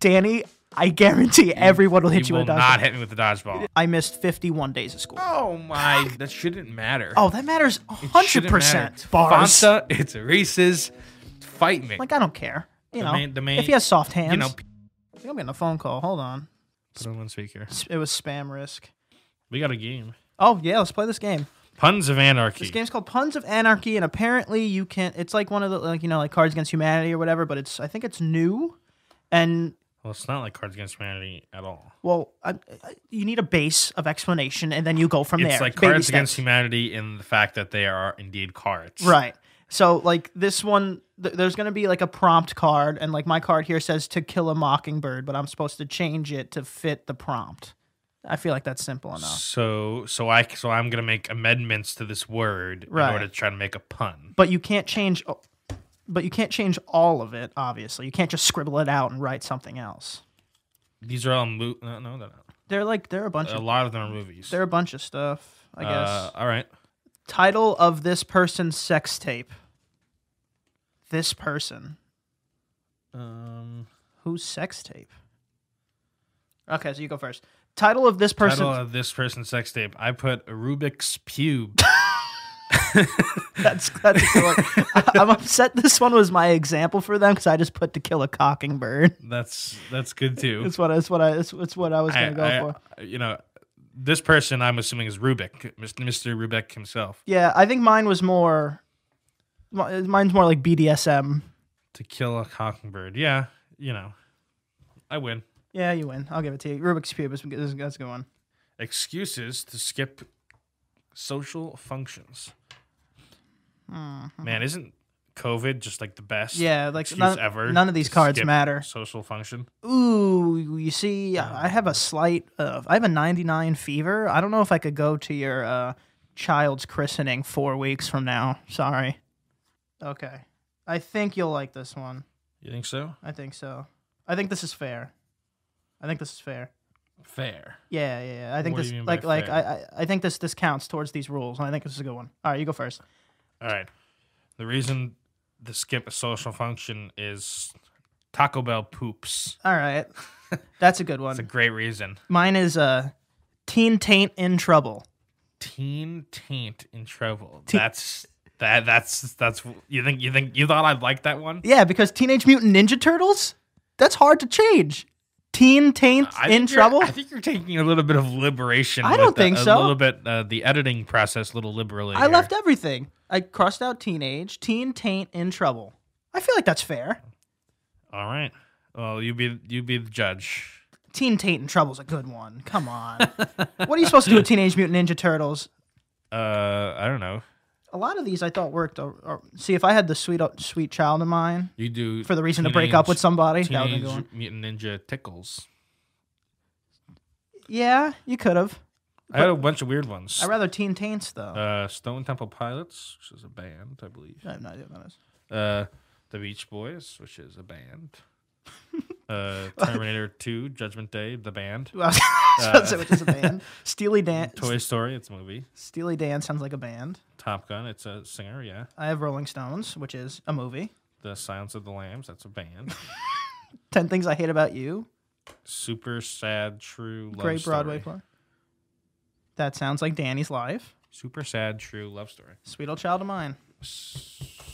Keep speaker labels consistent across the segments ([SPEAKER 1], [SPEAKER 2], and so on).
[SPEAKER 1] Danny, I guarantee everyone will hit you,
[SPEAKER 2] will
[SPEAKER 1] with a dodgeball.
[SPEAKER 2] not hit me with the dodgeball.
[SPEAKER 1] I missed 51 days of school.
[SPEAKER 2] Oh my! That shouldn't matter.
[SPEAKER 1] Oh, that matters
[SPEAKER 2] It shouldn't
[SPEAKER 1] 100%.
[SPEAKER 2] matter.
[SPEAKER 1] Bars.
[SPEAKER 2] Fanta, it's Reese's. Fight me.
[SPEAKER 1] Like, I don't care. You know,
[SPEAKER 2] main- the main-
[SPEAKER 1] if he has soft hands.
[SPEAKER 2] you know, p-
[SPEAKER 1] I am getting a phone call. Hold on.
[SPEAKER 2] put on one speaker.
[SPEAKER 1] S- It was spam risk.
[SPEAKER 2] We got a game.
[SPEAKER 1] Oh, yeah, let's play this game.
[SPEAKER 2] Puns of Anarchy.
[SPEAKER 1] This game's called Puns of Anarchy, and apparently you can. It's like one of the, like, you know, like Cards Against Humanity or whatever, but it's, I think it's new. And,
[SPEAKER 2] well, it's not like Cards Against Humanity at all.
[SPEAKER 1] well, I, I- you need a base of explanation, and then you go from
[SPEAKER 2] It's
[SPEAKER 1] there.
[SPEAKER 2] like
[SPEAKER 1] Baby
[SPEAKER 2] Cards Against
[SPEAKER 1] steps.
[SPEAKER 2] Humanity in the fact that they are indeed cards.
[SPEAKER 1] Right. So like this one, th- there's gonna be like a prompt card, and like my card here says "To Kill a Mockingbird," but I'm supposed to change it to fit the prompt. I feel like that's simple enough.
[SPEAKER 2] So, so I, so I'm gonna make amendments to this word
[SPEAKER 1] Right.
[SPEAKER 2] in order to try to make a pun.
[SPEAKER 1] But you can't change, but you can't change all of it. Obviously, you can't just scribble it out and write something else.
[SPEAKER 2] These are all mo- no, no, they're not.
[SPEAKER 1] They're like they're a bunch
[SPEAKER 2] A
[SPEAKER 1] of
[SPEAKER 2] lot of them are movies.
[SPEAKER 1] they're a bunch of stuff. I guess
[SPEAKER 2] Uh, all right.
[SPEAKER 1] title of this person's sex tape. This person
[SPEAKER 2] Um,
[SPEAKER 1] whose sex tape. Okay, so you go first. Title of this person's
[SPEAKER 2] Title of this person's sex tape. I put Rubik's Cube.
[SPEAKER 1] That's that's. cool. I, I'm upset. This one was my example for them because I just put to kill a cockingbird.
[SPEAKER 2] that's that's good too.
[SPEAKER 1] That's what I- that's what I that's, that's what I was gonna go
[SPEAKER 2] I-
[SPEAKER 1] for.
[SPEAKER 2] I- You know, this person I'm assuming is Rubik, Mr. Rubik himself.
[SPEAKER 1] Yeah, I think mine was more. mi- Mine's more like BDSM.
[SPEAKER 2] To kill a cockingbird. Yeah, you know, I win.
[SPEAKER 1] Yeah, you win. I'll give it to you. Rubik's cube is is- that's a good one.
[SPEAKER 2] Excuses to skip social functions. Man, isn't COVID just like the best?
[SPEAKER 1] Hmm. Mm-hmm. Yeah, like
[SPEAKER 2] excuse
[SPEAKER 1] none,
[SPEAKER 2] ever.
[SPEAKER 1] none of these
[SPEAKER 2] to
[SPEAKER 1] cards
[SPEAKER 2] skip
[SPEAKER 1] matter.
[SPEAKER 2] Social function.
[SPEAKER 1] Ooh, you see, I I have a slight. Uh, I have a 99 fever. I don't know if I could go to your uh, child's christening four weeks from now. Sorry. Okay, I think you'll like this one.
[SPEAKER 2] You think so?
[SPEAKER 1] I think so. I think this is fair. I think this is fair.
[SPEAKER 2] Fair.
[SPEAKER 1] Yeah, yeah, yeah. I think
[SPEAKER 2] What do
[SPEAKER 1] this
[SPEAKER 2] you mean by
[SPEAKER 1] like like
[SPEAKER 2] fair?
[SPEAKER 1] I, I I think this this counts towards these rules, and I think this is a good one. All right, you go first.
[SPEAKER 2] All right. The reason to skip a social function is Taco Bell poops.
[SPEAKER 1] All right, that's a good one.
[SPEAKER 2] It's a great reason.
[SPEAKER 1] Mine is uh, teen taint in trouble.
[SPEAKER 2] Teen taint in trouble. That's that. That's that's. You think you think you thought I'd like that one?
[SPEAKER 1] Yeah, because Teenage Mutant Ninja Turtles, that's hard to change. Teen taint
[SPEAKER 2] I
[SPEAKER 1] in
[SPEAKER 2] think you're-
[SPEAKER 1] trouble.
[SPEAKER 2] I think you're taking a little bit of liberation.
[SPEAKER 1] I
[SPEAKER 2] with
[SPEAKER 1] don't
[SPEAKER 2] the-
[SPEAKER 1] think
[SPEAKER 2] a
[SPEAKER 1] so.
[SPEAKER 2] little bit uh, the editing process, a little liberally.
[SPEAKER 1] I left everything. I crossed out teenage, teen taint in trouble. I feel like that's fair.
[SPEAKER 2] All right. Well, you be you be the judge.
[SPEAKER 1] Teen Taint in Trouble's a good one. Come on. what are you supposed to do with Teenage Mutant Ninja Turtles?
[SPEAKER 2] Uh, I don't know.
[SPEAKER 1] A lot of these I thought worked. Or, or, see, if I had the sweet sweet child in mind
[SPEAKER 2] You do
[SPEAKER 1] for the reason to break up with
[SPEAKER 2] teenage-
[SPEAKER 1] somebody, that would be a good
[SPEAKER 2] Teenage
[SPEAKER 1] one.
[SPEAKER 2] Mutant Ninja Tickles.
[SPEAKER 1] Yeah, you could have.
[SPEAKER 2] I had a bunch of weird ones.
[SPEAKER 1] I rather Teen Taints though.
[SPEAKER 2] Uh, Stone Temple Pilots, which is a band, I believe.
[SPEAKER 1] I have no idea what that is.
[SPEAKER 2] Uh, the Beach Boys, which is a band. Uh, Terminator 2, Judgment Day, the band.
[SPEAKER 1] Well, I was about to say, which is a band. Steely Dan.
[SPEAKER 2] Toy Story, it's a movie.
[SPEAKER 1] Steely Dan sounds like a band.
[SPEAKER 2] Top Gun, it's a singer, yeah.
[SPEAKER 1] I have Rolling Stones, which is a movie.
[SPEAKER 2] The Silence of the Lambs, that's a band.
[SPEAKER 1] Ten Things I Hate About You.
[SPEAKER 2] Super sad, true love
[SPEAKER 1] Great Broadway
[SPEAKER 2] story.
[SPEAKER 1] play. That sounds like Danny's life.
[SPEAKER 2] Super sad, true love story.
[SPEAKER 1] Sweet old child of mine.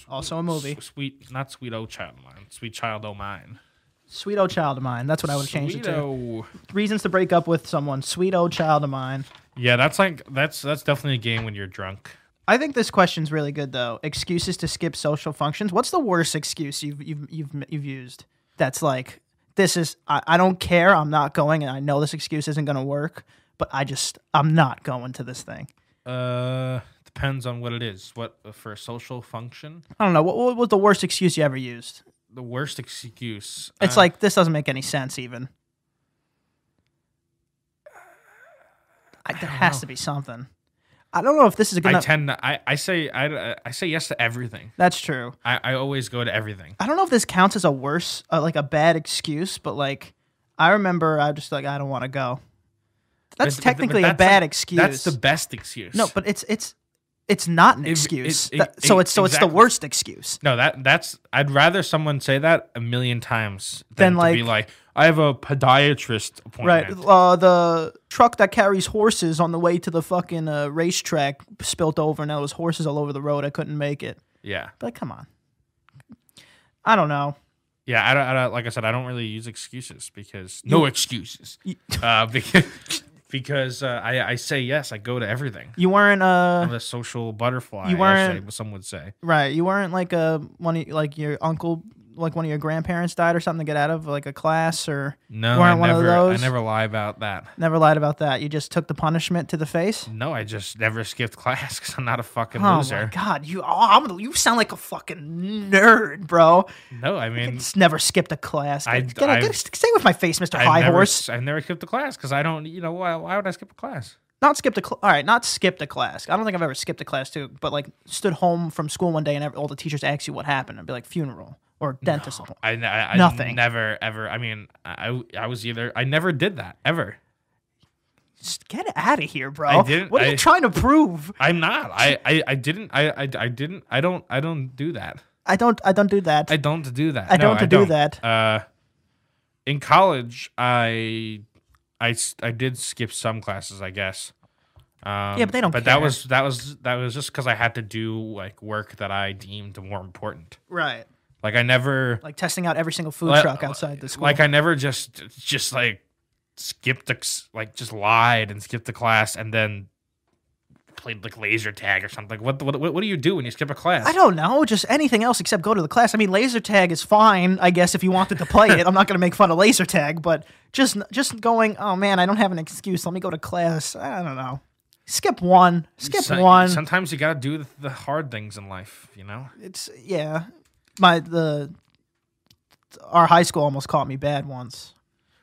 [SPEAKER 1] Also a movie.
[SPEAKER 2] S- Sweet, not sweet old child of mine. Sweet child o' mine.
[SPEAKER 1] Sweet old child of mine. That's what I would have changed it
[SPEAKER 2] Sweet Oh.
[SPEAKER 1] to.
[SPEAKER 2] O.
[SPEAKER 1] Reasons to break up with someone. Sweet old child of mine.
[SPEAKER 2] Yeah, that's like that's that's definitely a game when you're drunk.
[SPEAKER 1] I think this question's really good though. Excuses to skip social functions. What's the worst excuse you've you've you've, you've used? That's like this is I, I don't care. I'm not going, and I know this excuse isn't going to work, but I just I'm not going to this thing.
[SPEAKER 2] Uh, depends on what it is. What uh, for a social function?
[SPEAKER 1] I don't know. What, what was the worst excuse you ever used?
[SPEAKER 2] The worst excuse.
[SPEAKER 1] It's
[SPEAKER 2] uh,
[SPEAKER 1] like this doesn't make any sense even. I, there has to be something. I don't know if this is
[SPEAKER 2] I
[SPEAKER 1] gonna.
[SPEAKER 2] tend to, I I say I I say yes to everything.
[SPEAKER 1] that's true.
[SPEAKER 2] I I always go to everything.
[SPEAKER 1] I don't know if this counts as a worse, uh, like a bad excuse, but like I remember, I just like I don't want to go. That's
[SPEAKER 2] But- but- but
[SPEAKER 1] technically
[SPEAKER 2] that's
[SPEAKER 1] a bad
[SPEAKER 2] like-
[SPEAKER 1] excuse.
[SPEAKER 2] That's the best excuse.
[SPEAKER 1] no, but it's it's it's not an
[SPEAKER 2] It- it-
[SPEAKER 1] excuse.
[SPEAKER 2] it-
[SPEAKER 1] That- so
[SPEAKER 2] it-
[SPEAKER 1] it's so it's the
[SPEAKER 2] exactly.
[SPEAKER 1] worst excuse.
[SPEAKER 2] No, that that's. I'd rather someone say that a million times
[SPEAKER 1] Than,
[SPEAKER 2] than, to be
[SPEAKER 1] like-
[SPEAKER 2] like, I have a podiatrist
[SPEAKER 1] Right.
[SPEAKER 2] appointment.
[SPEAKER 1] Uh, the truck that carries horses on the way to the fucking uh, racetrack spilt over, and now there was horses all over the road. I couldn't make it.
[SPEAKER 2] Yeah,
[SPEAKER 1] But come on. I don't know.
[SPEAKER 2] yeah. I don't, I don't. Like I said, I don't really use excuses because no excuses.
[SPEAKER 1] You,
[SPEAKER 2] Uh, because because uh, I I say yes. I go to everything.
[SPEAKER 1] you weren't
[SPEAKER 2] I'm
[SPEAKER 1] uh
[SPEAKER 2] a social butterfly.
[SPEAKER 1] You
[SPEAKER 2] I
[SPEAKER 1] weren't-
[SPEAKER 2] say, some would say.
[SPEAKER 1] right. You weren't like a one of, like your uncle, like one of your grandparents died or something to get out of like a class or
[SPEAKER 2] No,
[SPEAKER 1] You
[SPEAKER 2] I
[SPEAKER 1] weren't one of
[SPEAKER 2] never.
[SPEAKER 1] those?
[SPEAKER 2] I never lie about that.
[SPEAKER 1] never lied about that. You just took the punishment to the face.
[SPEAKER 2] No, I just never skipped class because I'm not a fucking
[SPEAKER 1] Oh my
[SPEAKER 2] loser.
[SPEAKER 1] god, you oh, I'm, gonna- you sound like a fucking nerd, bro.
[SPEAKER 2] No, I mean,
[SPEAKER 1] It's never skipped a class.
[SPEAKER 2] I-
[SPEAKER 1] Get, get,
[SPEAKER 2] I-
[SPEAKER 1] get- stay with my face, Mister
[SPEAKER 2] I
[SPEAKER 1] High
[SPEAKER 2] never,
[SPEAKER 1] Horse.
[SPEAKER 2] I never skipped a class because I don't. You know why? Why would I skip a class?
[SPEAKER 1] Not skipped a cl- all right, not skipped a class. I don't think I've ever skipped a class too, but like stood home from school one day and ev- all the teachers ask you what happened and be like funeral or dentist. appointment.
[SPEAKER 2] I, I, I
[SPEAKER 1] Nothing.
[SPEAKER 2] Never ever. I mean, I I was either. I never did that ever.
[SPEAKER 1] Just get out of here, bro.
[SPEAKER 2] I didn't-
[SPEAKER 1] what are you
[SPEAKER 2] I-
[SPEAKER 1] trying to prove?
[SPEAKER 2] I'm not. I I, I didn't. I, I I didn't. I don't. I don't do that.
[SPEAKER 1] I don't. I don't do that.
[SPEAKER 2] I don't do that.
[SPEAKER 1] I
[SPEAKER 2] No,
[SPEAKER 1] don't do that.
[SPEAKER 2] Uh, in college, I, I s- I did skip some classes, I guess. Um,
[SPEAKER 1] but they don't
[SPEAKER 2] But
[SPEAKER 1] care.
[SPEAKER 2] that was that was that was just because I had to do like work that I deemed more important.
[SPEAKER 1] right.
[SPEAKER 2] Like I never
[SPEAKER 1] Like testing out every single food
[SPEAKER 2] Like-
[SPEAKER 1] truck outside the school.
[SPEAKER 2] like I never just just like skipped a, like just lied and skipped the class and then played like laser tag or something. What what what do you do when you skip a class?
[SPEAKER 1] I don't know, just anything else except go to the class. I mean, laser tag is fine, I guess, if you wanted to play it. I'm not going to make fun of laser tag, but just just going, oh man, I don't have an excuse. Let me go to class. I don't know. Skip one, skip
[SPEAKER 2] So-
[SPEAKER 1] one.
[SPEAKER 2] Sometimes you gotta do the, the hard things in life, you know.
[SPEAKER 1] It's yeah. My the our high school almost caught me bad once.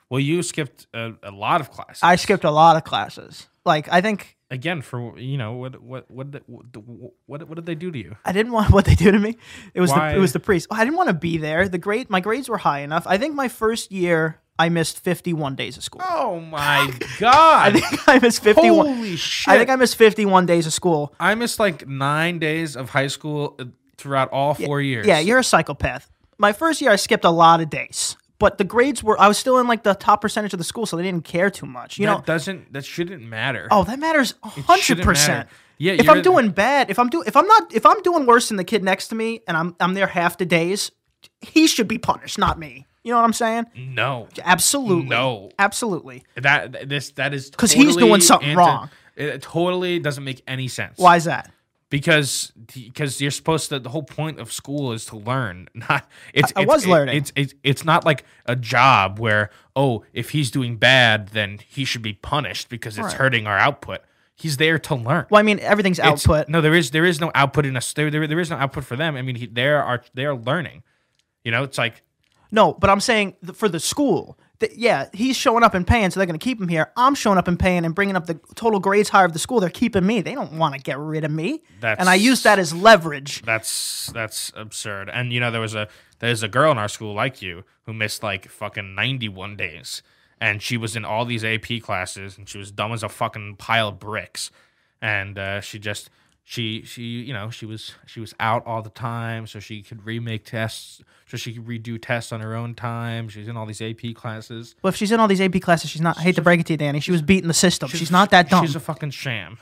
[SPEAKER 2] Well, you skipped a, a lot of classes.
[SPEAKER 1] I skipped a lot of classes. Like I think
[SPEAKER 2] again for you know what what what did- what what, what did they do to you?
[SPEAKER 1] I didn't want what they do to me. It was the,
[SPEAKER 2] Why?
[SPEAKER 1] it was the priest. Oh, I didn't want to be there. The grade my grades were high enough. I think my first year I missed 51 days of school.
[SPEAKER 2] Oh my god!
[SPEAKER 1] I think I missed 51.
[SPEAKER 2] Holy shit!
[SPEAKER 1] I think I missed 51 days of school.
[SPEAKER 2] I missed like nine days of high school uh, throughout all four years.
[SPEAKER 1] Yeah, you're a psychopath. My first year, I skipped a lot of days, but the grades were, I was still in like the top percentage of the school, so they didn't care too much. You
[SPEAKER 2] that
[SPEAKER 1] know,
[SPEAKER 2] doesn't that shouldn't matter.
[SPEAKER 1] oh, that matters
[SPEAKER 2] It shouldn't
[SPEAKER 1] 100%.
[SPEAKER 2] matter. Yeah,
[SPEAKER 1] If
[SPEAKER 2] you're-
[SPEAKER 1] I'm doing bad, if I'm doing, if I'm not, if I'm doing worse than the kid next to me and I'm, I'm there half the days, he should be punished, not me. You know what I'm saying?
[SPEAKER 2] no,
[SPEAKER 1] Absolutely.
[SPEAKER 2] No.
[SPEAKER 1] Absolutely.
[SPEAKER 2] that this that is because
[SPEAKER 1] he's doing something wrong.
[SPEAKER 2] It, it totally doesn't make any sense.
[SPEAKER 1] Why is that?
[SPEAKER 2] Because because you're supposed to. The whole point of school is to learn. Not it's.
[SPEAKER 1] I- I
[SPEAKER 2] it's-
[SPEAKER 1] was
[SPEAKER 2] it-
[SPEAKER 1] learning.
[SPEAKER 2] It's, it's it's not like a job where oh if he's doing bad then he should be punished because it's hurting our output. He's there to learn.
[SPEAKER 1] Well, I mean, everything's
[SPEAKER 2] It's-
[SPEAKER 1] output.
[SPEAKER 2] No, there is there is no output in us. There, there there is no output for them. I mean, he, they are they are learning. You know, it's like
[SPEAKER 1] No, but I'm saying th- for the school. Th- yeah, he's showing up and paying, so they're going to keep him here. I'm showing up and paying and bringing up the total grades higher of the school. They're keeping me. They don't want to get rid of me. and I
[SPEAKER 2] That's-
[SPEAKER 1] use that as leverage.
[SPEAKER 2] that's that's absurd. And you know, there was a there's a girl in our school like you who missed like fucking 91 days, and she was in all these AP classes, and she was dumb as a fucking pile of bricks, and uh, she just. She, she, you know, she was she was out all the time, so she could remake tests, so she could redo tests on her own time. She's in all these AP classes.
[SPEAKER 1] But if she's in all these AP classes, she's not. I hate to break it to you, Danny. She was beating the system. She's not that dumb.
[SPEAKER 2] She's a fucking sham.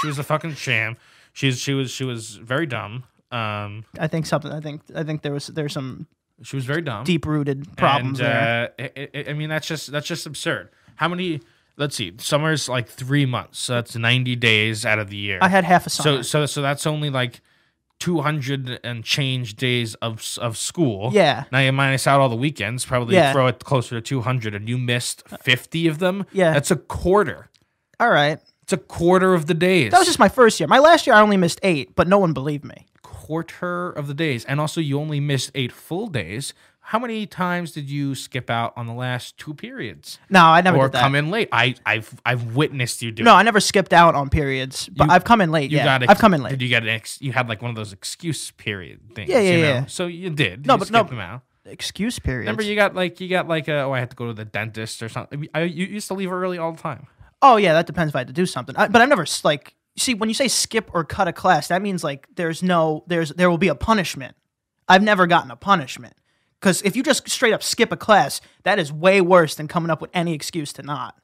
[SPEAKER 2] she was a fucking sham. She's she was she was very dumb. Um,
[SPEAKER 1] I think something. I think. I think there was there's some
[SPEAKER 2] she was very dumb.
[SPEAKER 1] deep rooted problems
[SPEAKER 2] And,
[SPEAKER 1] there.
[SPEAKER 2] Uh, I- I, I mean, that's just that's just absurd. How many? Let's see. Summer's like three months, so that's ninety days out of the year.
[SPEAKER 1] I had half a summer.
[SPEAKER 2] so so so that's only like two hundred and change days of s- of school.
[SPEAKER 1] Yeah.
[SPEAKER 2] Now you minus out all the weekends, probably
[SPEAKER 1] Yeah. Uh,
[SPEAKER 2] throw it closer to two hundred, and you missed fifty of them.
[SPEAKER 1] Yeah.
[SPEAKER 2] That's a quarter.
[SPEAKER 1] all right,
[SPEAKER 2] It's a quarter of the days.
[SPEAKER 1] that was just my first year. My last year, I only missed eight, but no one believed me.
[SPEAKER 2] quarter of the days, and also you only missed eight full days. How many times did you skip out on the last two periods
[SPEAKER 1] No, I never
[SPEAKER 2] or
[SPEAKER 1] did that.
[SPEAKER 2] come in late? I, I've I've witnessed you do.
[SPEAKER 1] no,
[SPEAKER 2] it.
[SPEAKER 1] I never skipped out on periods, but
[SPEAKER 2] You-
[SPEAKER 1] I've come in late.
[SPEAKER 2] you
[SPEAKER 1] yeah,
[SPEAKER 2] got.
[SPEAKER 1] I've come in late.
[SPEAKER 2] Did you get an ex, You had like one of those excuse period things.
[SPEAKER 1] Yeah, yeah,
[SPEAKER 2] you know?
[SPEAKER 1] yeah.
[SPEAKER 2] So you did.
[SPEAKER 1] No,
[SPEAKER 2] you
[SPEAKER 1] but
[SPEAKER 2] skipped
[SPEAKER 1] no-
[SPEAKER 2] Them out.
[SPEAKER 1] excuse period.
[SPEAKER 2] Remember, you got like you got like a, oh I had to go to the dentist or something. I, you used to leave early all the time.
[SPEAKER 1] oh yeah, that depends if I had to do something. I, but I've never s- like see when you say skip or cut a class, that means like there's no there's there will be a punishment. I've never gotten a punishment because if you just straight up skip a class, that is way worse than coming up with any excuse to not.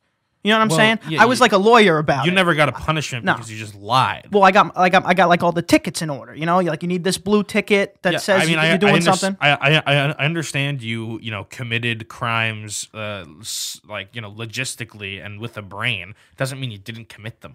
[SPEAKER 1] You know what I'm
[SPEAKER 2] Well,
[SPEAKER 1] saying?
[SPEAKER 2] yeah,
[SPEAKER 1] I was
[SPEAKER 2] you-
[SPEAKER 1] like a lawyer about
[SPEAKER 2] You
[SPEAKER 1] it.
[SPEAKER 2] never got a punishment
[SPEAKER 1] No.
[SPEAKER 2] because you just lied.
[SPEAKER 1] well, I got like I got like all the tickets in order. You know, like you need this blue ticket that
[SPEAKER 2] Yeah,
[SPEAKER 1] says you- you're doing
[SPEAKER 2] unders-
[SPEAKER 1] something.
[SPEAKER 2] I, I, I I understand you, you know, committed crimes, uh, s- like, you know, logistically and with a brain. Doesn't mean you didn't commit them.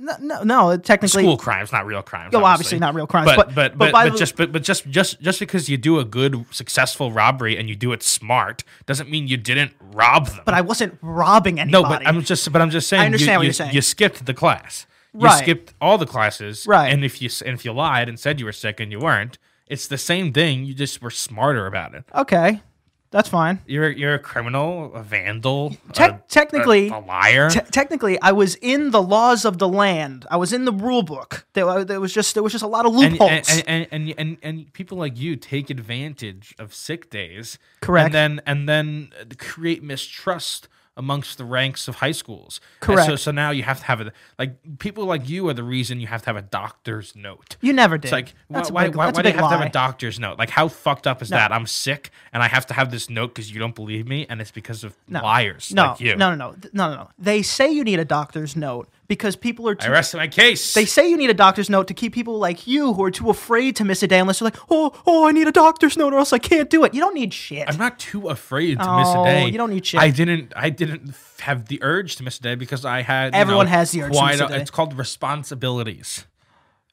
[SPEAKER 1] No, no, no technically,
[SPEAKER 2] School crimes, not real crimes.
[SPEAKER 1] no, Oh, obviously not real crimes,
[SPEAKER 2] But but but, but,
[SPEAKER 1] by the-
[SPEAKER 2] just but, but just just just because you do a good successful robbery and you do it smart doesn't mean you didn't rob them.
[SPEAKER 1] but I wasn't robbing anybody.
[SPEAKER 2] no, but I'm just but I'm just saying. you-
[SPEAKER 1] understand what
[SPEAKER 2] you,
[SPEAKER 1] you're saying.
[SPEAKER 2] You skipped the class. You
[SPEAKER 1] Right.
[SPEAKER 2] skipped all the classes.
[SPEAKER 1] Right.
[SPEAKER 2] And if you s- and if you lied and said you were sick and you weren't, it's the same thing. You just were smarter about it.
[SPEAKER 1] okay, that's fine.
[SPEAKER 2] You're you're a criminal, a vandal,
[SPEAKER 1] Tec-
[SPEAKER 2] a,
[SPEAKER 1] technically-
[SPEAKER 2] a, a liar.
[SPEAKER 1] Te- technically, I was in the laws of the land. I was in the rule book. There, uh, there was just there was just a lot of
[SPEAKER 2] and,
[SPEAKER 1] loopholes.
[SPEAKER 2] and, and, and, and, and and people like you take advantage of sick days.
[SPEAKER 1] Correct.
[SPEAKER 2] And then and then uh, create mistrust amongst the ranks of high schools. And so
[SPEAKER 1] Correct.
[SPEAKER 2] so now you have to have a like people like you are the reason you have to have a doctor's note.
[SPEAKER 1] you never did.
[SPEAKER 2] It's like why,
[SPEAKER 1] that's a
[SPEAKER 2] why,
[SPEAKER 1] big,
[SPEAKER 2] why,
[SPEAKER 1] that's
[SPEAKER 2] why
[SPEAKER 1] a
[SPEAKER 2] do you
[SPEAKER 1] big
[SPEAKER 2] have to have
[SPEAKER 1] lie.
[SPEAKER 2] a doctor's note? Like how fucked up is that? I'm sick and I have to have this note because you don't believe me, and it's because of liars
[SPEAKER 1] no,
[SPEAKER 2] like you.
[SPEAKER 1] no, no, no, Th- no, no, no. They say you need a doctor's note because people are
[SPEAKER 2] I
[SPEAKER 1] too.
[SPEAKER 2] rest my case.
[SPEAKER 1] they say you need a doctor's note to keep people like you who are too afraid to miss a day unless they're like, oh, oh, I need a doctor's note or else I can't do it. You don't need shit.
[SPEAKER 2] I'm not too afraid to
[SPEAKER 1] Oh,
[SPEAKER 2] miss a day.
[SPEAKER 1] you don't need shit.
[SPEAKER 2] I didn't. I didn't f- have the urge to miss a day because I had. you
[SPEAKER 1] Everyone
[SPEAKER 2] know,
[SPEAKER 1] has the urge to
[SPEAKER 2] quite
[SPEAKER 1] miss a day.
[SPEAKER 2] It's called responsibilities.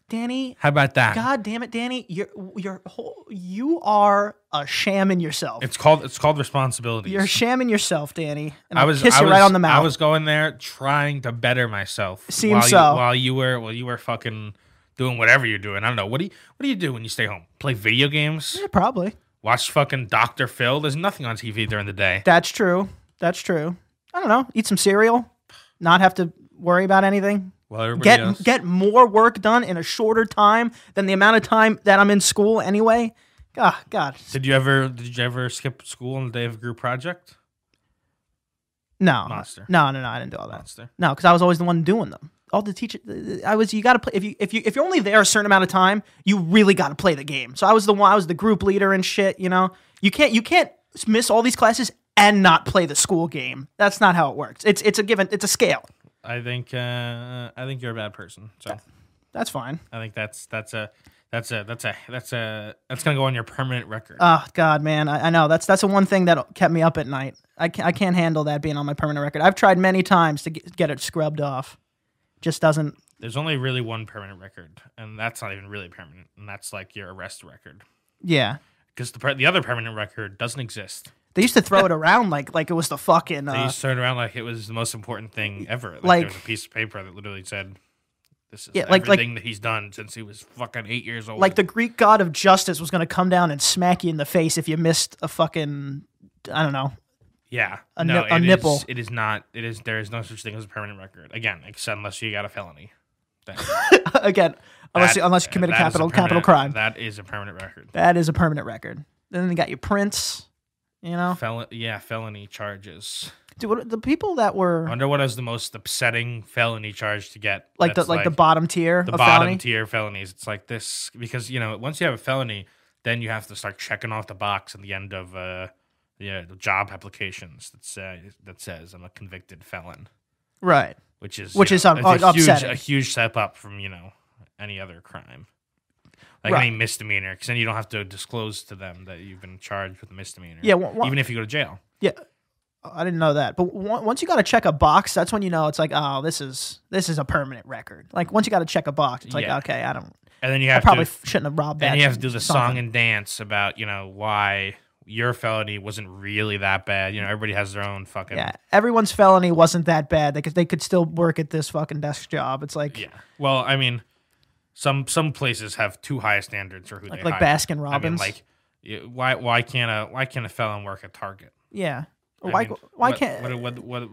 [SPEAKER 1] Danny,
[SPEAKER 2] How about that?
[SPEAKER 1] God damn it, Danny, you're you're whole, you are a sham in yourself.
[SPEAKER 2] It's called. It's called responsibilities.
[SPEAKER 1] you're shamming yourself, Danny. And
[SPEAKER 2] I was.
[SPEAKER 1] kiss
[SPEAKER 2] I
[SPEAKER 1] you
[SPEAKER 2] was
[SPEAKER 1] right on the mouth.
[SPEAKER 2] I was going there trying to better myself.
[SPEAKER 1] Seems
[SPEAKER 2] while
[SPEAKER 1] so.
[SPEAKER 2] You, while you were. While you were fucking doing whatever you're doing. I don't know. What do you What do you do when you stay home? Play video games.
[SPEAKER 1] Yeah, probably.
[SPEAKER 2] Watch fucking Doctor Phil. There's nothing on TV during the day.
[SPEAKER 1] That's true. That's true. I don't know. Eat some cereal. Not have to worry about anything.
[SPEAKER 2] Well, everybody
[SPEAKER 1] Get
[SPEAKER 2] else.
[SPEAKER 1] get more work done in a shorter time than the amount of time that I'm in school anyway. Ah, God.
[SPEAKER 2] Did you ever? Did you ever skip school on the day of a group project?
[SPEAKER 1] No.
[SPEAKER 2] Monster.
[SPEAKER 1] No, no, no. I didn't do all that.
[SPEAKER 2] Monster.
[SPEAKER 1] No, because I was always the one doing them. All the teacher, I was. You got to play if you if you if you're only there a certain amount of time, you really got to play the game. So I was the one. I was the group leader and shit. You know, you can't you can't miss all these classes and not play the school game. That's not how it works. It's it's a given. It's a scale.
[SPEAKER 2] I think uh, I think you're a bad person. So
[SPEAKER 1] That's fine.
[SPEAKER 2] I think that's that's a that's a that's a that's a that's gonna go on your permanent record.
[SPEAKER 1] Oh God, man, I, I know that's that's the one thing that kept me up at night. I can't, I can't handle that being on my permanent record. I've tried many times to get, get it scrubbed off. Just doesn't.
[SPEAKER 2] There's only really one permanent record, and that's not even really permanent, and that's like your arrest record,
[SPEAKER 1] Yeah,
[SPEAKER 2] because the per- the other permanent record doesn't exist.
[SPEAKER 1] they used to throw it around like like it was the fucking.
[SPEAKER 2] They
[SPEAKER 1] Uh,
[SPEAKER 2] used to turn around like it was the most important thing ever. Like,
[SPEAKER 1] Like-
[SPEAKER 2] there was a piece of paper that literally said, "This is
[SPEAKER 1] Yeah, like- like-
[SPEAKER 2] everything that he's done since he was fucking eight years old."
[SPEAKER 1] like the Greek god of justice was going to come down and smack you in the face if you missed a fucking. I don't know.
[SPEAKER 2] yeah,
[SPEAKER 1] a
[SPEAKER 2] no,
[SPEAKER 1] nip- a
[SPEAKER 2] it is-
[SPEAKER 1] nipple.
[SPEAKER 2] it is not. It is there is no such thing as a permanent record again, except unless you got a felony. Then-
[SPEAKER 1] Again, unless
[SPEAKER 2] That-
[SPEAKER 1] you, unless you commit a
[SPEAKER 2] that is
[SPEAKER 1] capital capital
[SPEAKER 2] permanent-
[SPEAKER 1] crime,
[SPEAKER 2] That is a permanent record.
[SPEAKER 1] that is a permanent record. Then they got your prints. You know,
[SPEAKER 2] Fel- yeah, felony charges.
[SPEAKER 1] dude, what, the people that were
[SPEAKER 2] I wonder what is the most upsetting felony charge to get.
[SPEAKER 1] like the
[SPEAKER 2] that's
[SPEAKER 1] like, the bottom tier
[SPEAKER 2] the
[SPEAKER 1] of
[SPEAKER 2] bottom
[SPEAKER 1] felony.
[SPEAKER 2] tier felonies. It's like this because you know once you have a felony, then you have to start checking off the box at the end of uh yeah the job applications that say that says I'm a convicted felon,
[SPEAKER 1] right.
[SPEAKER 2] which is
[SPEAKER 1] Which
[SPEAKER 2] you
[SPEAKER 1] is,
[SPEAKER 2] know,
[SPEAKER 1] um,
[SPEAKER 2] it's a
[SPEAKER 1] uh,
[SPEAKER 2] huge
[SPEAKER 1] upsetting.
[SPEAKER 2] a huge step up from you know any other crime. Like
[SPEAKER 1] Right.
[SPEAKER 2] any misdemeanor, because then you don't have to disclose to them that you've been charged with a misdemeanor.
[SPEAKER 1] Yeah, wha- wha-
[SPEAKER 2] even if you go to jail.
[SPEAKER 1] Yeah, Oh, I didn't know that. But on- once you got to check a box, that's when you know it's like, oh, this is this is a permanent record. Like once you got to check a box, it's like,
[SPEAKER 2] Yeah.
[SPEAKER 1] okay, I don't,
[SPEAKER 2] And then you
[SPEAKER 1] I
[SPEAKER 2] have
[SPEAKER 1] probably
[SPEAKER 2] to,
[SPEAKER 1] f- shouldn't have robbed that.
[SPEAKER 2] then you have to do the
[SPEAKER 1] something.
[SPEAKER 2] song and dance about you know why your felony wasn't really that bad. You know everybody has their own fucking
[SPEAKER 1] Yeah, everyone's felony wasn't that bad. They could they could still work at this fucking desk job. It's like
[SPEAKER 2] Yeah. Well, I mean, some some places have too high standards for who
[SPEAKER 1] like,
[SPEAKER 2] they
[SPEAKER 1] like
[SPEAKER 2] hire.
[SPEAKER 1] Baskin
[SPEAKER 2] I mean,
[SPEAKER 1] Robbins.
[SPEAKER 2] like y- why why can't a why can't a felon work at Target?
[SPEAKER 1] yeah.
[SPEAKER 2] I
[SPEAKER 1] Why
[SPEAKER 2] mean,
[SPEAKER 1] why
[SPEAKER 2] what-
[SPEAKER 1] can't
[SPEAKER 2] what, what, what,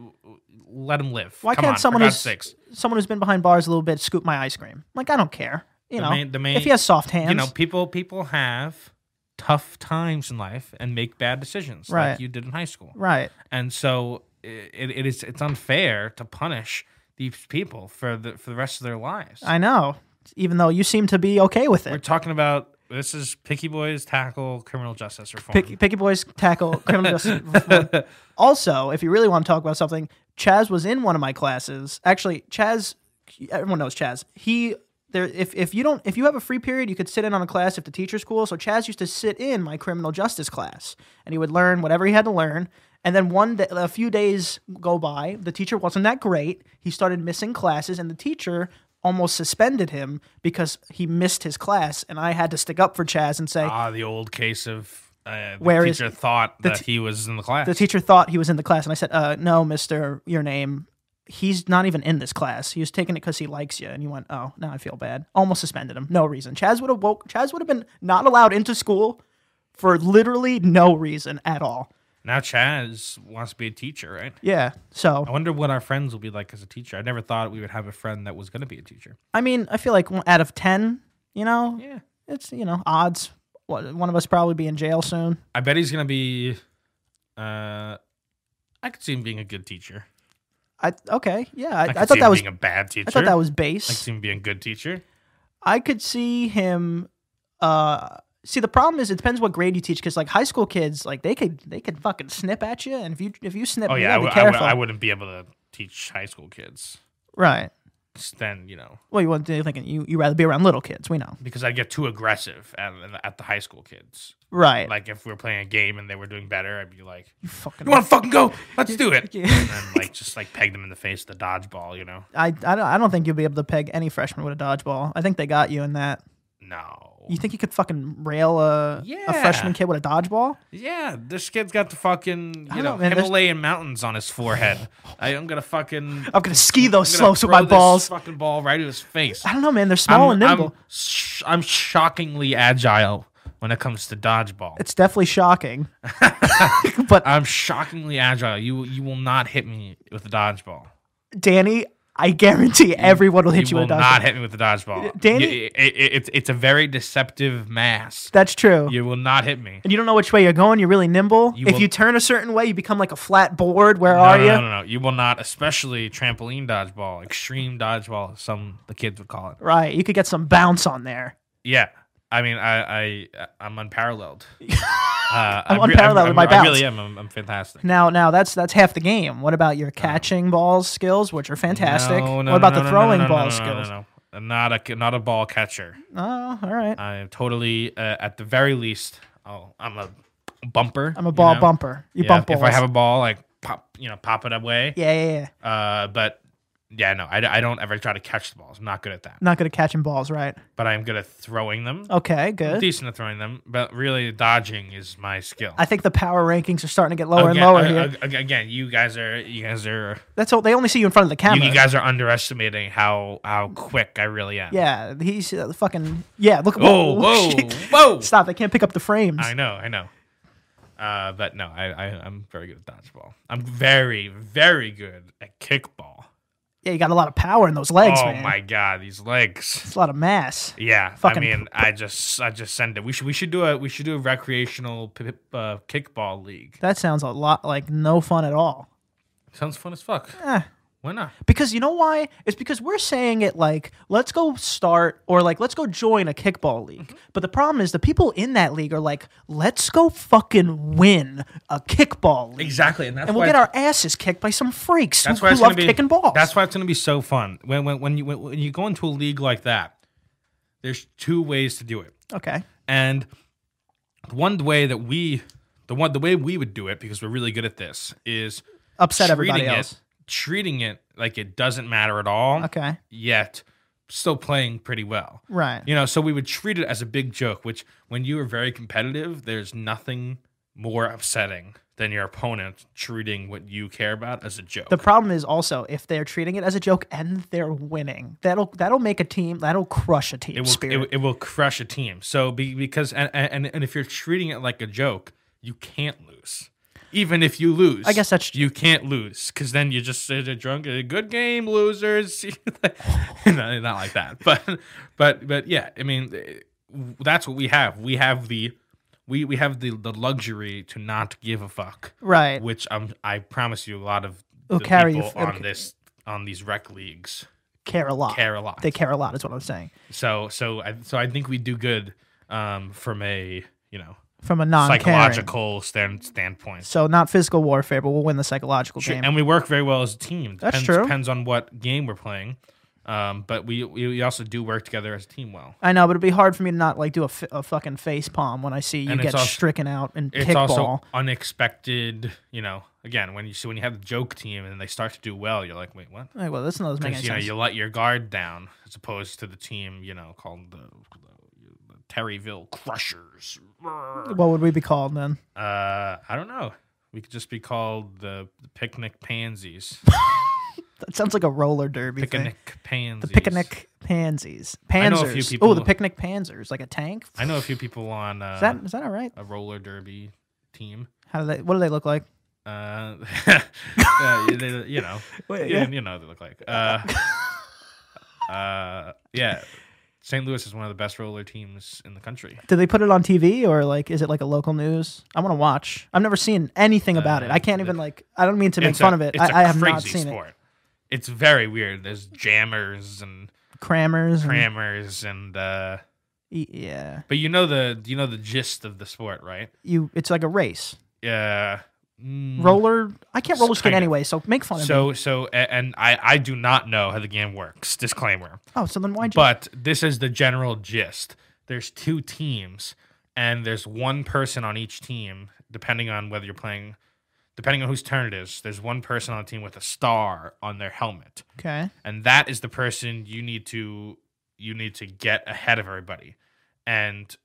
[SPEAKER 2] let him live?
[SPEAKER 1] why
[SPEAKER 2] Come
[SPEAKER 1] can't
[SPEAKER 2] on,
[SPEAKER 1] someone
[SPEAKER 2] for
[SPEAKER 1] who's
[SPEAKER 2] God's sakes.
[SPEAKER 1] someone who's been behind bars a little bit scoop my ice cream? Like I don't care. You
[SPEAKER 2] The
[SPEAKER 1] know,
[SPEAKER 2] main- the main-
[SPEAKER 1] if he has soft hands,
[SPEAKER 2] you know people people have tough times in life and make bad decisions
[SPEAKER 1] Right.
[SPEAKER 2] like you did in high school.
[SPEAKER 1] right?
[SPEAKER 2] and so i- it, it is it's unfair to punish these people for the for the rest of their lives.
[SPEAKER 1] I know. Even though you seem to be okay with
[SPEAKER 2] We're
[SPEAKER 1] it.
[SPEAKER 2] talking about this is Picky Boys tackle criminal justice reform.
[SPEAKER 1] Pick, Picky Boys tackle criminal justice. reform. Also, if you really want to talk about something, Chaz was in one of my classes. Actually, Chaz, everyone knows Chaz. He there. If if you don't, if you have a free period, you could sit in on a class if the teacher's cool. So Chaz used to sit in my criminal justice class, and he would learn whatever he had to learn. And then one day, a few days go by. The teacher wasn't that great. He started missing classes, and the teacher almost suspended him because he missed his class. And I had to stick up for Chaz and say,
[SPEAKER 2] Ah, the old case of uh, the
[SPEAKER 1] Where is-
[SPEAKER 2] teacher thought
[SPEAKER 1] the
[SPEAKER 2] that he was in the class.
[SPEAKER 1] the teacher thought he was in the class, and I said, uh, "No, Mister, your name. He's not even in this class. He was taking it because he likes you." And he went, "Oh, now I feel bad." Almost suspended him, no reason. Chaz would have woke. Chaz would have been not allowed into school for literally no reason at all.
[SPEAKER 2] now Chaz wants to be a teacher, right?
[SPEAKER 1] Yeah. So
[SPEAKER 2] I wonder what our friends will be like as a teacher. I never thought we would have a friend that was going to be a teacher.
[SPEAKER 1] I mean, I feel like one- out of ten, you know,
[SPEAKER 2] Yeah.
[SPEAKER 1] it's you know odds. What- One of us probably be in jail soon.
[SPEAKER 2] I bet he's going to be. Uh, I could see him being a good teacher.
[SPEAKER 1] I okay, yeah.
[SPEAKER 2] I,
[SPEAKER 1] I,
[SPEAKER 2] could
[SPEAKER 1] I
[SPEAKER 2] see
[SPEAKER 1] thought that
[SPEAKER 2] him
[SPEAKER 1] was
[SPEAKER 2] being a bad teacher.
[SPEAKER 1] I thought that was
[SPEAKER 2] I
[SPEAKER 1] base.
[SPEAKER 2] could see him being a good teacher.
[SPEAKER 1] I could see him. Uh, see, the problem is it depends what grade you teach because like high school kids, like they could they could fucking snip at you, and if you if you snip,
[SPEAKER 2] Oh
[SPEAKER 1] you
[SPEAKER 2] yeah, I
[SPEAKER 1] gotta be
[SPEAKER 2] w- I, w-
[SPEAKER 1] careful.
[SPEAKER 2] I wouldn't be able to teach high school kids.
[SPEAKER 1] right.
[SPEAKER 2] Then you know
[SPEAKER 1] Well, you want to thinking you you rather be around little kids. We know.
[SPEAKER 2] because I'd get too aggressive at, at the high school kids.
[SPEAKER 1] Right.
[SPEAKER 2] Like if we were playing a game and they were doing better, I'd be like,
[SPEAKER 1] you fucking.
[SPEAKER 2] "You want to fucking go? Let's do it!"
[SPEAKER 1] Yeah.
[SPEAKER 2] and then, like just like peg them in the face with the dodgeball, you know?
[SPEAKER 1] I, I don't I don't think you'll be able to peg any freshman with a dodgeball. I think they got you in that.
[SPEAKER 2] No.
[SPEAKER 1] You think you could fucking rail a a freshman
[SPEAKER 2] Yeah.
[SPEAKER 1] kid with a dodgeball?
[SPEAKER 2] Yeah, this kid's got the fucking
[SPEAKER 1] I don't
[SPEAKER 2] you know
[SPEAKER 1] know, man, there's-
[SPEAKER 2] Himalayan mountains on his forehead. I, am gonna fucking
[SPEAKER 1] I'm gonna ski those
[SPEAKER 2] I'm gonna
[SPEAKER 1] slopes with Oh, my
[SPEAKER 2] throw this
[SPEAKER 1] balls.
[SPEAKER 2] Fucking ball right to his face.
[SPEAKER 1] I don't know, man. They're small and nimble.
[SPEAKER 2] I'm, sh- I'm shockingly agile when it comes to dodgeball.
[SPEAKER 1] it's definitely shocking, but
[SPEAKER 2] I'm shockingly agile. You you will not hit me with a dodgeball.
[SPEAKER 1] Danny, I guarantee everyone will hit you,
[SPEAKER 2] will
[SPEAKER 1] with a dodgeball.
[SPEAKER 2] not hit me with a dodgeball.
[SPEAKER 1] Danny-
[SPEAKER 2] You- it- it- it's it's a very deceptive mass.
[SPEAKER 1] That's true.
[SPEAKER 2] You will not hit me.
[SPEAKER 1] And you don't know which way you're going. You're really nimble.
[SPEAKER 2] You
[SPEAKER 1] if
[SPEAKER 2] will-
[SPEAKER 1] you turn a certain way, you become like a flat board. Where
[SPEAKER 2] No,
[SPEAKER 1] are
[SPEAKER 2] no,
[SPEAKER 1] you?
[SPEAKER 2] no, no, no. You will not, especially trampoline dodgeball, extreme dodgeball, some the kids would call it.
[SPEAKER 1] Right. You could get some bounce on there.
[SPEAKER 2] Yeah, I mean, I, I I'm unparalleled. Uh,
[SPEAKER 1] I'm
[SPEAKER 2] re-
[SPEAKER 1] unparalleled
[SPEAKER 2] I'm-
[SPEAKER 1] with my
[SPEAKER 2] I'm- I
[SPEAKER 1] bounce.
[SPEAKER 2] really am. I'm, I'm fantastic.
[SPEAKER 1] Now, now that's that's half the game. What about your catching ball skills, which are fantastic?
[SPEAKER 2] No, no,
[SPEAKER 1] what about
[SPEAKER 2] no,
[SPEAKER 1] the
[SPEAKER 2] no, no,
[SPEAKER 1] throwing
[SPEAKER 2] no, no,
[SPEAKER 1] ball
[SPEAKER 2] no, no, no,
[SPEAKER 1] skills?
[SPEAKER 2] no, no. I'm Not a not a ball catcher.
[SPEAKER 1] Oh, all right.
[SPEAKER 2] I am totally, uh, at the very least, oh, I'm a bumper.
[SPEAKER 1] I'm a
[SPEAKER 2] you
[SPEAKER 1] ball
[SPEAKER 2] know?
[SPEAKER 1] bumper. You
[SPEAKER 2] Yeah,
[SPEAKER 1] bump
[SPEAKER 2] if
[SPEAKER 1] balls.
[SPEAKER 2] I have a ball, like pop, you know, pop it away.
[SPEAKER 1] yeah, yeah, yeah.
[SPEAKER 2] Uh, but yeah, no, I, I don't ever try to catch the balls. I'm not good at that.
[SPEAKER 1] Not good at catching balls, right?
[SPEAKER 2] But I'm good at throwing them.
[SPEAKER 1] Okay,
[SPEAKER 2] I'm
[SPEAKER 1] good.
[SPEAKER 2] decent at throwing them, but really dodging is my skill.
[SPEAKER 1] I think the power rankings are starting to get lower and
[SPEAKER 2] again,
[SPEAKER 1] lower
[SPEAKER 2] uh,
[SPEAKER 1] here.
[SPEAKER 2] uh, ag- again, you guys are you guys are
[SPEAKER 1] That's all. They only see you in front of the
[SPEAKER 2] you,
[SPEAKER 1] camera.
[SPEAKER 2] you guys are underestimating how how quick I really am.
[SPEAKER 1] yeah, he's uh, fucking. Yeah, look.
[SPEAKER 2] Whoa, whoa,
[SPEAKER 1] shit.
[SPEAKER 2] whoa!
[SPEAKER 1] Stop! They can't pick up the frames.
[SPEAKER 2] I know, I know. Uh, but no, I, I I'm very good at dodgeball. I'm very very good at kickball.
[SPEAKER 1] Yeah, you got a lot of power in those legs,
[SPEAKER 2] oh
[SPEAKER 1] man.
[SPEAKER 2] my god, these legs.
[SPEAKER 1] It's a lot of mass.
[SPEAKER 2] Yeah, I
[SPEAKER 1] Fucking
[SPEAKER 2] mean, I just I just send it. We should we should do a we should do a recreational p- p- uh, kickball league.
[SPEAKER 1] That sounds a lot like no fun at all.
[SPEAKER 2] Sounds fun as fuck.
[SPEAKER 1] Eh.
[SPEAKER 2] Why not?
[SPEAKER 1] Because you know why? It's because we're saying it like, let's go start or like, let's go join a kickball
[SPEAKER 2] Mm-hmm.
[SPEAKER 1] league. But the problem is the people in that league are like, let's go fucking win a kickball league.
[SPEAKER 2] Exactly, and that's
[SPEAKER 1] And we'll
[SPEAKER 2] why
[SPEAKER 1] get our asses kicked by some freaks
[SPEAKER 2] that's
[SPEAKER 1] who,
[SPEAKER 2] why
[SPEAKER 1] who
[SPEAKER 2] it's
[SPEAKER 1] love
[SPEAKER 2] gonna be
[SPEAKER 1] kicking balls.
[SPEAKER 2] That's why it's gonna be so fun when when when you when, when you go into a league like that. There's two ways to do it,
[SPEAKER 1] okay.
[SPEAKER 2] and the one way that we the one the way we would do it because we're really good at this is
[SPEAKER 1] Upset everybody
[SPEAKER 2] treating
[SPEAKER 1] else.
[SPEAKER 2] It, treating it like it doesn't matter at all,
[SPEAKER 1] Okay.
[SPEAKER 2] yet still playing pretty well.
[SPEAKER 1] Right.
[SPEAKER 2] You know, so we would treat it as a big joke, which when you are very competitive, there's nothing more upsetting than your opponent treating what you care about as a joke.
[SPEAKER 1] The problem is also if they're treating it as a joke and they're winning, that'll that'll make a team that'll crush a team
[SPEAKER 2] it will
[SPEAKER 1] spirit.
[SPEAKER 2] it, will- it will crush a team. So be, because and, and and if you're treating it like a joke, you can't lose. Even if you lose,
[SPEAKER 1] I guess that's-
[SPEAKER 2] you can't lose because then you just sit there drunk. uh, Good game, losers. no, not like that, but but but yeah. I mean, eh, that's what we have. We have the we we have the the luxury to not give a fuck,
[SPEAKER 1] right.
[SPEAKER 2] which I'm I promise you, a lot of
[SPEAKER 1] It'll
[SPEAKER 2] the
[SPEAKER 1] carry you
[SPEAKER 2] people
[SPEAKER 1] f- it'll
[SPEAKER 2] on
[SPEAKER 1] ca-
[SPEAKER 2] this on these rec leagues
[SPEAKER 1] Care a lot.
[SPEAKER 2] care a lot.
[SPEAKER 1] They care a lot. Is what I'm saying.
[SPEAKER 2] so so I, so I think we do good um, from a you know
[SPEAKER 1] From a non
[SPEAKER 2] psychological stand, standpoint.
[SPEAKER 1] So not physical warfare, but we'll win the psychological
[SPEAKER 2] Sure,
[SPEAKER 1] game.
[SPEAKER 2] And we work very well as a team.
[SPEAKER 1] That's
[SPEAKER 2] depends,
[SPEAKER 1] true.
[SPEAKER 2] Depends on what game we're playing. Um, but we we we also do work together as a team well.
[SPEAKER 1] I know, but it'd be hard for me to not like do a, f- a fucking face palm when I see you
[SPEAKER 2] And it's
[SPEAKER 1] get
[SPEAKER 2] also-
[SPEAKER 1] stricken out in
[SPEAKER 2] It's
[SPEAKER 1] kickball.
[SPEAKER 2] also unexpected. You know, again, when you so when you have the joke team and they start to do well, you're like, wait, what?
[SPEAKER 1] like, well, this doesn't make any
[SPEAKER 2] Because you know
[SPEAKER 1] sense.
[SPEAKER 2] you let your guard down as opposed to the team you know called the, the Terryville Crushers. Uh,
[SPEAKER 1] what would we be called then?
[SPEAKER 2] I don't know. We could just be called the, the Picnic Pansies.
[SPEAKER 1] That sounds like a roller derby thing.
[SPEAKER 2] Picnic Pansies.
[SPEAKER 1] The picnic pansies.
[SPEAKER 2] I know a
[SPEAKER 1] Panzers.
[SPEAKER 2] few
[SPEAKER 1] Oh,
[SPEAKER 2] people-
[SPEAKER 1] the picnic panzers, like a tank.
[SPEAKER 2] I know a few people on uh,
[SPEAKER 1] Is that is that all right?
[SPEAKER 2] a roller derby team.
[SPEAKER 1] How do they? What do they look like?
[SPEAKER 2] Uh, uh, they- you know,
[SPEAKER 1] Wait,
[SPEAKER 2] you, you know what they look like. Uh, uh, yeah, St. Louis is one of the best roller teams in the country.
[SPEAKER 1] Do they put it on TV or like is it like a local news? I want to watch. I've never seen anything about it. I can't
[SPEAKER 2] Uh,
[SPEAKER 1] even like. I don't mean to make
[SPEAKER 2] It's
[SPEAKER 1] fun
[SPEAKER 2] a-
[SPEAKER 1] of it.
[SPEAKER 2] It's a
[SPEAKER 1] I, I have
[SPEAKER 2] crazy
[SPEAKER 1] not seen
[SPEAKER 2] sport. It's very weird. There's jammers and
[SPEAKER 1] it. Crammers. and-
[SPEAKER 2] crammers and uh,
[SPEAKER 1] y- yeah.
[SPEAKER 2] but you know the you know the gist of the sport, right?
[SPEAKER 1] You. It's like a race.
[SPEAKER 2] Yeah. Mm.
[SPEAKER 1] Roller. I can't roller skate
[SPEAKER 2] Kind of.
[SPEAKER 1] anyway, so make fun of me.
[SPEAKER 2] So so a- and I I do not know how the game works. Disclaimer.
[SPEAKER 1] Oh, so then why'd you?
[SPEAKER 2] But this is the general gist. There's two teams, and there's one person on each team, depending on whether you're playing, depending on whose turn it is. There's one person on the team with a star on their helmet,
[SPEAKER 1] okay.
[SPEAKER 2] and that is the person you need to you need to get ahead of everybody. And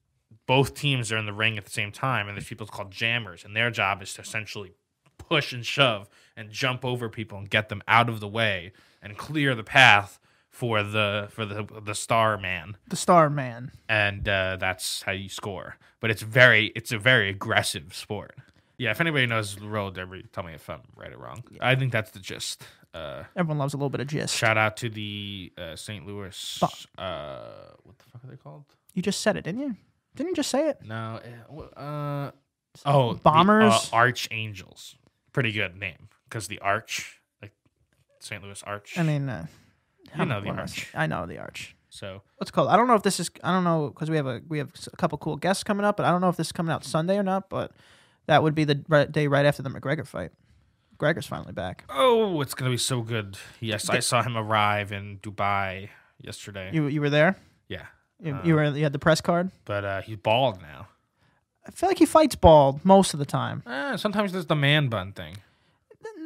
[SPEAKER 2] both teams are in the ring at the same time, and there's people called jammers, and their job is to essentially push and shove and jump over people and get them out of the way and clear the path for the for the the star man
[SPEAKER 1] The Star Man.
[SPEAKER 2] and uh, that's how you score but it's very it's a very aggressive sport yeah if anybody knows roller derby tell me if i'm right or wrong i think that's the gist uh,
[SPEAKER 1] Everyone loves a little bit of gist.
[SPEAKER 2] shout out to the uh, st louis
[SPEAKER 1] Fuck.
[SPEAKER 2] uh, what the fuck are they called
[SPEAKER 1] You just said it, didn't you? Didn't you just say it?
[SPEAKER 2] no eh, wha- uh, oh the, uh,
[SPEAKER 1] Bombers?
[SPEAKER 2] archangels pretty good name because the arch like st louis arch
[SPEAKER 1] I mean, uh,
[SPEAKER 2] You know
[SPEAKER 1] I'm-
[SPEAKER 2] the
[SPEAKER 1] what am I saying?
[SPEAKER 2] arch.
[SPEAKER 1] I know the arch.
[SPEAKER 2] so
[SPEAKER 1] What's it called? I don't know if this is. I don't know because we have a we have s- a couple cool guests coming up, but I don't know if this is coming out Sunday or not. But that would be the right, day right after the McGregor fight. McGregor's finally back.
[SPEAKER 2] Oh, it's gonna be so good. Yes, I saw him arrive in Dubai yesterday.
[SPEAKER 1] You you were there.
[SPEAKER 2] yeah,
[SPEAKER 1] You, you were you had the press card.
[SPEAKER 2] but uh, he's bald now.
[SPEAKER 1] I feel like he fights bald most of the time.
[SPEAKER 2] Eh, sometimes there's the man bun thing.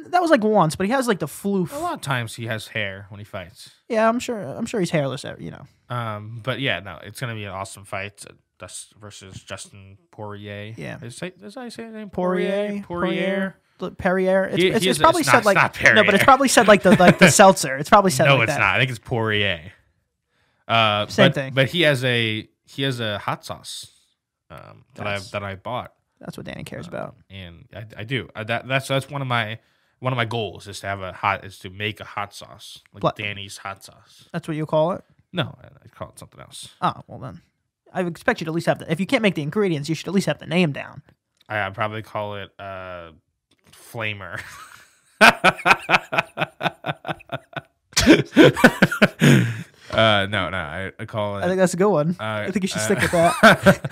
[SPEAKER 1] That was like once, but he has like the floof.
[SPEAKER 2] A lot of times he has hair when he fights.
[SPEAKER 1] Yeah, I'm sure. I'm sure he's hairless. You know.
[SPEAKER 2] Um, but yeah, no, it's gonna be an awesome fight. Uh, Dust versus Justin Poirier.
[SPEAKER 1] Yeah.
[SPEAKER 2] is, that- is that how you say his name?
[SPEAKER 1] Poirier,
[SPEAKER 2] Poirier.
[SPEAKER 1] Poirier. The Perrier. It's,
[SPEAKER 2] He-
[SPEAKER 1] it's,
[SPEAKER 2] he
[SPEAKER 1] it's
[SPEAKER 2] is-
[SPEAKER 1] probably
[SPEAKER 2] it's
[SPEAKER 1] said
[SPEAKER 2] not-
[SPEAKER 1] like
[SPEAKER 2] it's not
[SPEAKER 1] no, but it's
[SPEAKER 2] Perrier.
[SPEAKER 1] probably said like the like the seltzer. It's probably said
[SPEAKER 2] No,
[SPEAKER 1] like
[SPEAKER 2] it's
[SPEAKER 1] that.
[SPEAKER 2] not. I think it's Poirier. Uh,
[SPEAKER 1] Same
[SPEAKER 2] but,
[SPEAKER 1] thing.
[SPEAKER 2] But he has a he has a hot sauce um, that I
[SPEAKER 1] Nice.
[SPEAKER 2] that I bought.
[SPEAKER 1] That's what Danny cares about.
[SPEAKER 2] and I, I do. I, that that's that's one of my one of my goals is to have a hot is to make a hot sauce like
[SPEAKER 1] What?
[SPEAKER 2] Danny's hot sauce.
[SPEAKER 1] That's what you call it.
[SPEAKER 2] No, I, I call it something else.
[SPEAKER 1] Oh well then, I would expect you to at least have the. If you can't make the ingredients, you should at least have the name down.
[SPEAKER 2] I I'd probably call it uh, flamer. uh, no, no, I, I call it.
[SPEAKER 1] I think that's a good one.
[SPEAKER 2] uh,
[SPEAKER 1] I think you should
[SPEAKER 2] uh,
[SPEAKER 1] stick with that.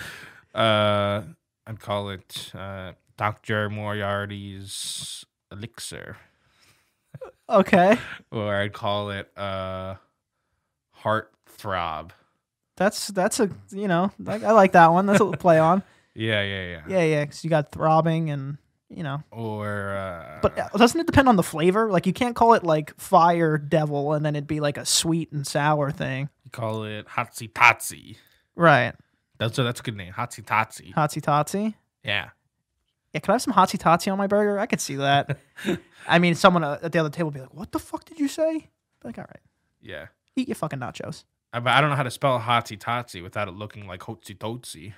[SPEAKER 2] uh, I'd call it uh, Doctor Moriarty's elixir.
[SPEAKER 1] Okay,
[SPEAKER 2] or I'd call it uh heart throb.
[SPEAKER 1] that's that's a you know I, I like that one. That's a little play on.
[SPEAKER 2] Yeah, yeah, yeah.
[SPEAKER 1] Yeah, yeah. Because you got throbbing and you know,
[SPEAKER 2] Or uh
[SPEAKER 1] but uh, doesn't it depend on the flavor? Like you can't call it like fire devil and then it'd be like a sweet and sour thing.
[SPEAKER 2] call it hotsy totsy.
[SPEAKER 1] Right.
[SPEAKER 2] That's a, that's a good name. Hotsy totsy.
[SPEAKER 1] Hotsy totsy.
[SPEAKER 2] Yeah.
[SPEAKER 1] Yeah, could I have some hotsy totsy on my burger? I could see that. I mean, someone uh, at the other table would be like, "What the fuck did you say?" Be like, all right,
[SPEAKER 2] Yeah.
[SPEAKER 1] eat your fucking nachos.
[SPEAKER 2] I, but I don't know how to spell hotsy totsy without it looking like hotsy totsy.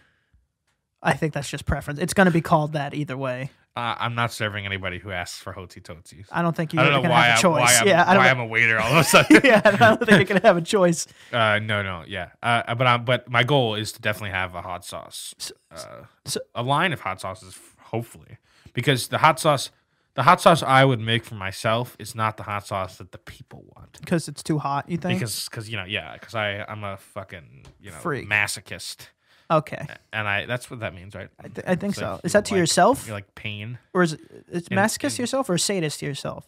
[SPEAKER 1] I think that's just preference. It's going to be called that either way.
[SPEAKER 2] Uh, I'm not serving anybody who asks for hotsy totsies.
[SPEAKER 1] I don't think
[SPEAKER 2] I
[SPEAKER 1] Uh, you're
[SPEAKER 2] don't
[SPEAKER 1] going
[SPEAKER 2] know
[SPEAKER 1] to
[SPEAKER 2] why,
[SPEAKER 1] have a
[SPEAKER 2] I,
[SPEAKER 1] choice.
[SPEAKER 2] why, I'm,
[SPEAKER 1] yeah, I
[SPEAKER 2] why
[SPEAKER 1] don't.
[SPEAKER 2] I'm a waiter all of a sudden.
[SPEAKER 1] yeah, I don't think you're going to have a choice.
[SPEAKER 2] Uh, no, no, yeah. Uh, but I, but my goal is to definitely have a hot sauce,
[SPEAKER 1] S-
[SPEAKER 2] uh,
[SPEAKER 1] so-
[SPEAKER 2] a line of hot sauces, f- hopefully, because the hot sauce, The hot sauce I would make for myself is not the hot sauce that the people want.
[SPEAKER 1] because it's too hot. You think?
[SPEAKER 2] Because, cause, you know, yeah, because I I'm a fucking you know
[SPEAKER 1] Freak.
[SPEAKER 2] masochist,
[SPEAKER 1] okay,
[SPEAKER 2] and I that's what that means, right?
[SPEAKER 1] I, th- I think
[SPEAKER 2] It's
[SPEAKER 1] so.
[SPEAKER 2] like
[SPEAKER 1] Is
[SPEAKER 2] you
[SPEAKER 1] that to
[SPEAKER 2] like-
[SPEAKER 1] yourself,
[SPEAKER 2] You like pain.
[SPEAKER 1] or is it, it's
[SPEAKER 2] in-
[SPEAKER 1] masochist to
[SPEAKER 2] in-
[SPEAKER 1] yourself, or sadist to yourself?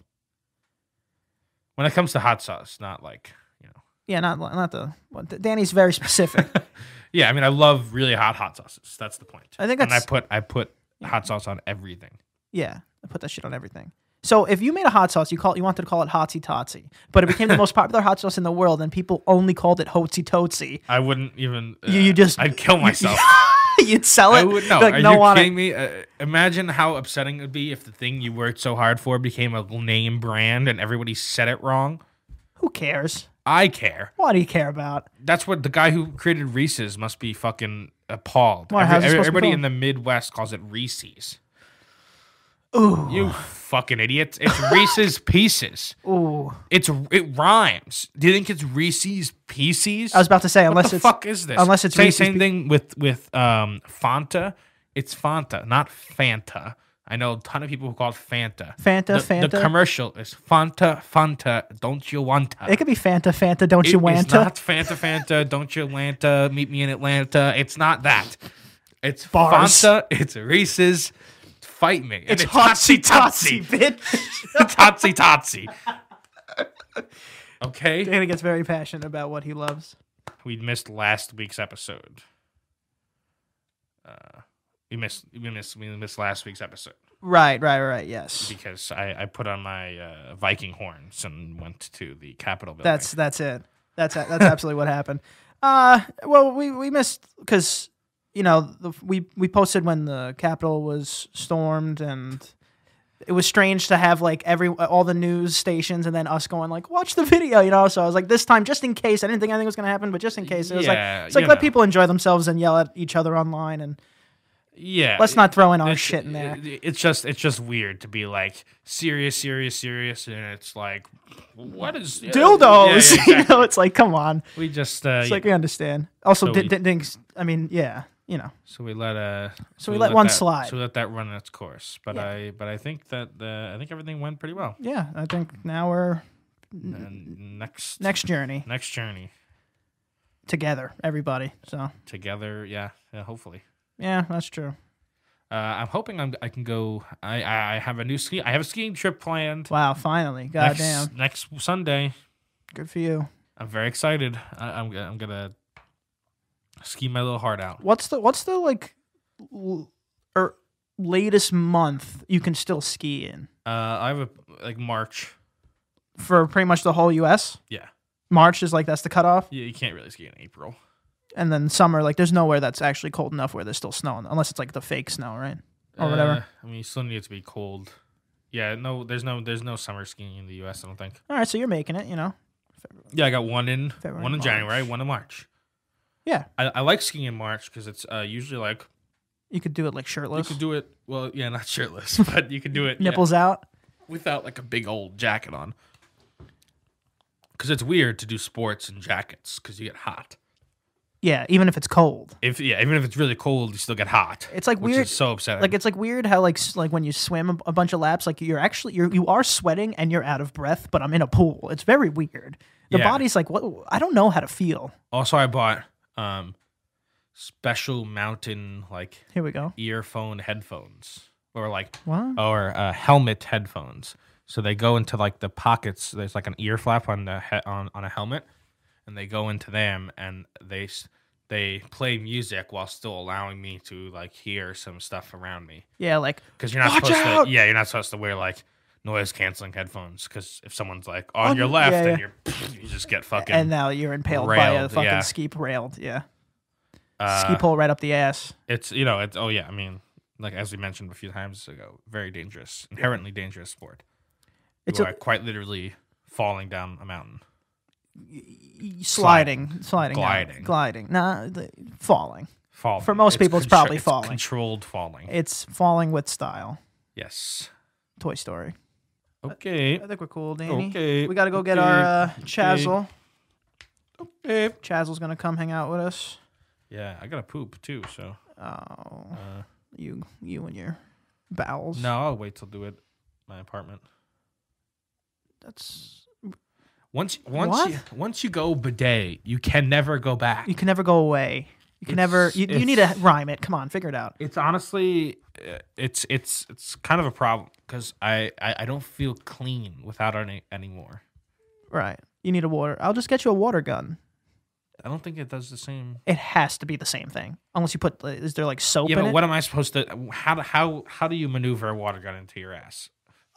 [SPEAKER 2] When it comes to hot sauce, not like you know.
[SPEAKER 1] Yeah, not not the. Well, D- Danny's very specific.
[SPEAKER 2] Yeah, I mean, I love really hot hot sauces. That's the point.
[SPEAKER 1] I think
[SPEAKER 2] and I
[SPEAKER 1] that's-
[SPEAKER 2] put I put hot sauce on everything.
[SPEAKER 1] yeah, I put that shit on everything. So if you made a hot sauce, you call you wanted to call it Hotsy Totsy, but it became the most popular hot sauce in the world, and people only called it Hotsy Totsy.
[SPEAKER 2] I wouldn't even. uh,
[SPEAKER 1] You- you just-
[SPEAKER 2] I'd kill myself.
[SPEAKER 1] You'd sell it.
[SPEAKER 2] I would no.
[SPEAKER 1] be like,
[SPEAKER 2] Are
[SPEAKER 1] no
[SPEAKER 2] you
[SPEAKER 1] want it."
[SPEAKER 2] kidding me? Uh, imagine how upsetting it would be if the thing you worked so hard for became a name brand and everybody said it wrong.
[SPEAKER 1] Who cares?
[SPEAKER 2] I care.
[SPEAKER 1] What do you care about?
[SPEAKER 2] That's what the guy who created Reese's must be fucking appalled.
[SPEAKER 1] Why,
[SPEAKER 2] Every-
[SPEAKER 1] how's it supposed to be
[SPEAKER 2] everybody
[SPEAKER 1] called?
[SPEAKER 2] in the Midwest calls it Reese's.
[SPEAKER 1] Ooh,
[SPEAKER 2] You fucking idiots! It's Reese's Pieces.
[SPEAKER 1] ooh.
[SPEAKER 2] It's it rhymes. Do you think it's Reese's Pieces?
[SPEAKER 1] I was about to say unless
[SPEAKER 2] what the
[SPEAKER 1] it's
[SPEAKER 2] fuck is this?
[SPEAKER 1] unless it's
[SPEAKER 2] Say
[SPEAKER 1] Reese's
[SPEAKER 2] same
[SPEAKER 1] Pie-
[SPEAKER 2] thing with with um Fanta. It's Fanta, not Fanta. I know a ton of people who call it Fanta.
[SPEAKER 1] Fanta,
[SPEAKER 2] the,
[SPEAKER 1] Fanta.
[SPEAKER 2] The commercial is Fanta, Fanta. Don't you want to?
[SPEAKER 1] it could be Fanta, Fanta, don't you
[SPEAKER 2] It's
[SPEAKER 1] wanta?
[SPEAKER 2] not Fanta, Fanta. Don't you Atlanta? Meet me in Atlanta. It's not that. It's
[SPEAKER 1] Bars.
[SPEAKER 2] Fanta. It's Reese's. Fight me. And
[SPEAKER 1] It's Hotsy Totsy, bitch.
[SPEAKER 2] it's Hotsy Totsy. Okay.
[SPEAKER 1] Dana gets very passionate about what he loves.
[SPEAKER 2] we missed last week's episode. Uh, we missed we missed we missed last week's episode
[SPEAKER 1] Right, right, right. Yes,
[SPEAKER 2] because I, I put on my uh, Viking horns and went to the Capitol building.
[SPEAKER 1] that's that's it. That's that's absolutely what happened. Uh, well, we we missed because you know the, we we posted when the Capitol was stormed and. It was strange to have like every all the news stations and then us going like watch the video, you know. So I was like, this time, just in case, I didn't think anything was gonna happen, but just in case, it was
[SPEAKER 2] Yeah,
[SPEAKER 1] like it's like
[SPEAKER 2] you
[SPEAKER 1] let
[SPEAKER 2] know.
[SPEAKER 1] people enjoy themselves and yell at each other online, and
[SPEAKER 2] yeah.
[SPEAKER 1] let's not throw in our
[SPEAKER 2] it's-
[SPEAKER 1] shit in there.
[SPEAKER 2] it- It's just it's just weird to be like serious, serious, serious, and it's like what is yeah,
[SPEAKER 1] Dildos,
[SPEAKER 2] yeah,
[SPEAKER 1] you
[SPEAKER 2] exactly.
[SPEAKER 1] know. It's like, come on.
[SPEAKER 2] we just uh,
[SPEAKER 1] It's like we understand. Also,
[SPEAKER 2] So
[SPEAKER 1] di-
[SPEAKER 2] we-
[SPEAKER 1] di- dings. I mean, yeah, you know.
[SPEAKER 2] So we let uh
[SPEAKER 1] So we let one
[SPEAKER 2] that-
[SPEAKER 1] slide.
[SPEAKER 2] So we let that run its course. But
[SPEAKER 1] Yeah.
[SPEAKER 2] I but I think that the I think everything went pretty well.
[SPEAKER 1] Yeah, I think now we're
[SPEAKER 2] And next
[SPEAKER 1] next journey
[SPEAKER 2] next journey
[SPEAKER 1] together, everybody. So
[SPEAKER 2] together, yeah, yeah hopefully.
[SPEAKER 1] yeah, that's true.
[SPEAKER 2] Uh, I'm hoping I'm, I can go. I, I I have a new ski. I have a skiing trip planned
[SPEAKER 1] Wow, finally,
[SPEAKER 2] next
[SPEAKER 1] goddamn,
[SPEAKER 2] next Sunday.
[SPEAKER 1] good for you.
[SPEAKER 2] I'm very excited. I, I'm g- I'm gonna ski my little heart out.
[SPEAKER 1] What's the what's the like, l- or latest month you can still ski in
[SPEAKER 2] Uh, I have a like March.
[SPEAKER 1] for pretty much the whole U.S.
[SPEAKER 2] Yeah,
[SPEAKER 1] March is like that's the cutoff,
[SPEAKER 2] yeah. You can't really ski in April.
[SPEAKER 1] and then summer like there's nowhere that's actually cold enough where there's still snow unless it's like the fake snow, right? Or whatever.
[SPEAKER 2] Uh, I mean, you still need it to be cold. Yeah, no, there's no, there's no summer skiing in the U.S. I don't think.
[SPEAKER 1] All right, so you're making it, you know.
[SPEAKER 2] Yeah, I got one in
[SPEAKER 1] February,
[SPEAKER 2] one in
[SPEAKER 1] March.
[SPEAKER 2] January, one in March.
[SPEAKER 1] Yeah.
[SPEAKER 2] I, I like skiing in March because it's uh, usually like
[SPEAKER 1] You could do it like
[SPEAKER 2] you
[SPEAKER 1] shirtless,
[SPEAKER 2] could do it. Well, yeah, not shirtless, but you could do it yeah,
[SPEAKER 1] nipples out.
[SPEAKER 2] without like a big old jacket on. Because it's weird to do sports in jackets because you get hot.
[SPEAKER 1] Yeah, even if it's cold.
[SPEAKER 2] If yeah, even if it's really cold, you still get hot.
[SPEAKER 1] It's like
[SPEAKER 2] which
[SPEAKER 1] weird-
[SPEAKER 2] Is so upsetting.
[SPEAKER 1] Like it's like weird how like s- like when you swim a- a bunch of laps, like you're actually you're you are sweating and you're out of breath, but I'm in a pool. It's very weird. The
[SPEAKER 2] Yeah.
[SPEAKER 1] body's like, what? I don't know how to feel.
[SPEAKER 2] also, I bought um special mountain like
[SPEAKER 1] Here we go.
[SPEAKER 2] earphone headphones or like
[SPEAKER 1] What?
[SPEAKER 2] or uh, helmet headphones. So they go into like the pockets. There's like an ear flap on the he- on on a helmet, and they go into them and they s- they play music while still allowing me to like hear some stuff around me.
[SPEAKER 1] Yeah, like
[SPEAKER 2] Because you're not
[SPEAKER 1] Watch
[SPEAKER 2] supposed
[SPEAKER 1] out!
[SPEAKER 2] to. Yeah, you're not supposed to wear like noise canceling headphones. Because if someone's like on
[SPEAKER 1] On-
[SPEAKER 2] your left,
[SPEAKER 1] yeah,
[SPEAKER 2] then
[SPEAKER 1] yeah.
[SPEAKER 2] you're you just get fucking
[SPEAKER 1] and now you're impaled by a
[SPEAKER 2] railed,
[SPEAKER 1] fucking
[SPEAKER 2] yeah.
[SPEAKER 1] ski railed. Yeah, ski
[SPEAKER 2] uh,
[SPEAKER 1] pole right up the ass.
[SPEAKER 2] it's you know it's oh yeah I mean like as we mentioned a few times ago very dangerous inherently dangerous sport.
[SPEAKER 1] It's
[SPEAKER 2] It's
[SPEAKER 1] a,
[SPEAKER 2] are quite literally falling down a mountain.
[SPEAKER 1] sliding, sliding, gliding,
[SPEAKER 2] Gliding.
[SPEAKER 1] gliding. Nah, the, falling.
[SPEAKER 2] Falling.
[SPEAKER 1] For most people, it's probably falling.
[SPEAKER 2] Controlled falling.
[SPEAKER 1] It's falling with style.
[SPEAKER 2] yes.
[SPEAKER 1] Toy Story.
[SPEAKER 2] Okay.
[SPEAKER 1] I think we're cool, Danny.
[SPEAKER 2] Oh, Okay,
[SPEAKER 1] Uh, We got to go get
[SPEAKER 2] okay,
[SPEAKER 1] our uh, Chazzle.
[SPEAKER 2] Eh.
[SPEAKER 1] Chazzle's gonna come hang out with us.
[SPEAKER 2] Yeah, I gotta poop too. So
[SPEAKER 1] Oh,
[SPEAKER 2] uh,
[SPEAKER 1] you, you and your bowels.
[SPEAKER 2] no, I'll wait till do it my apartment.
[SPEAKER 1] That's
[SPEAKER 2] Once once
[SPEAKER 1] What?
[SPEAKER 2] You, once you go bidet, you can never go back.
[SPEAKER 1] you can never go away. You can never.
[SPEAKER 2] It's-
[SPEAKER 1] You, you need to
[SPEAKER 2] it's-
[SPEAKER 1] rhyme it. Come on, figure it out.
[SPEAKER 2] It's honestly uh, it's it's it's kind of a problem because I, I I don't feel clean without any anymore.
[SPEAKER 1] Right. You need a water. I'll just get you a water gun.
[SPEAKER 2] I don't think it does the same.
[SPEAKER 1] It has to be the same thing, unless you put. uh, Is there like soap
[SPEAKER 2] Yeah,
[SPEAKER 1] in
[SPEAKER 2] but
[SPEAKER 1] it?
[SPEAKER 2] what am I supposed to? How do- how how do you maneuver a water gun into your ass?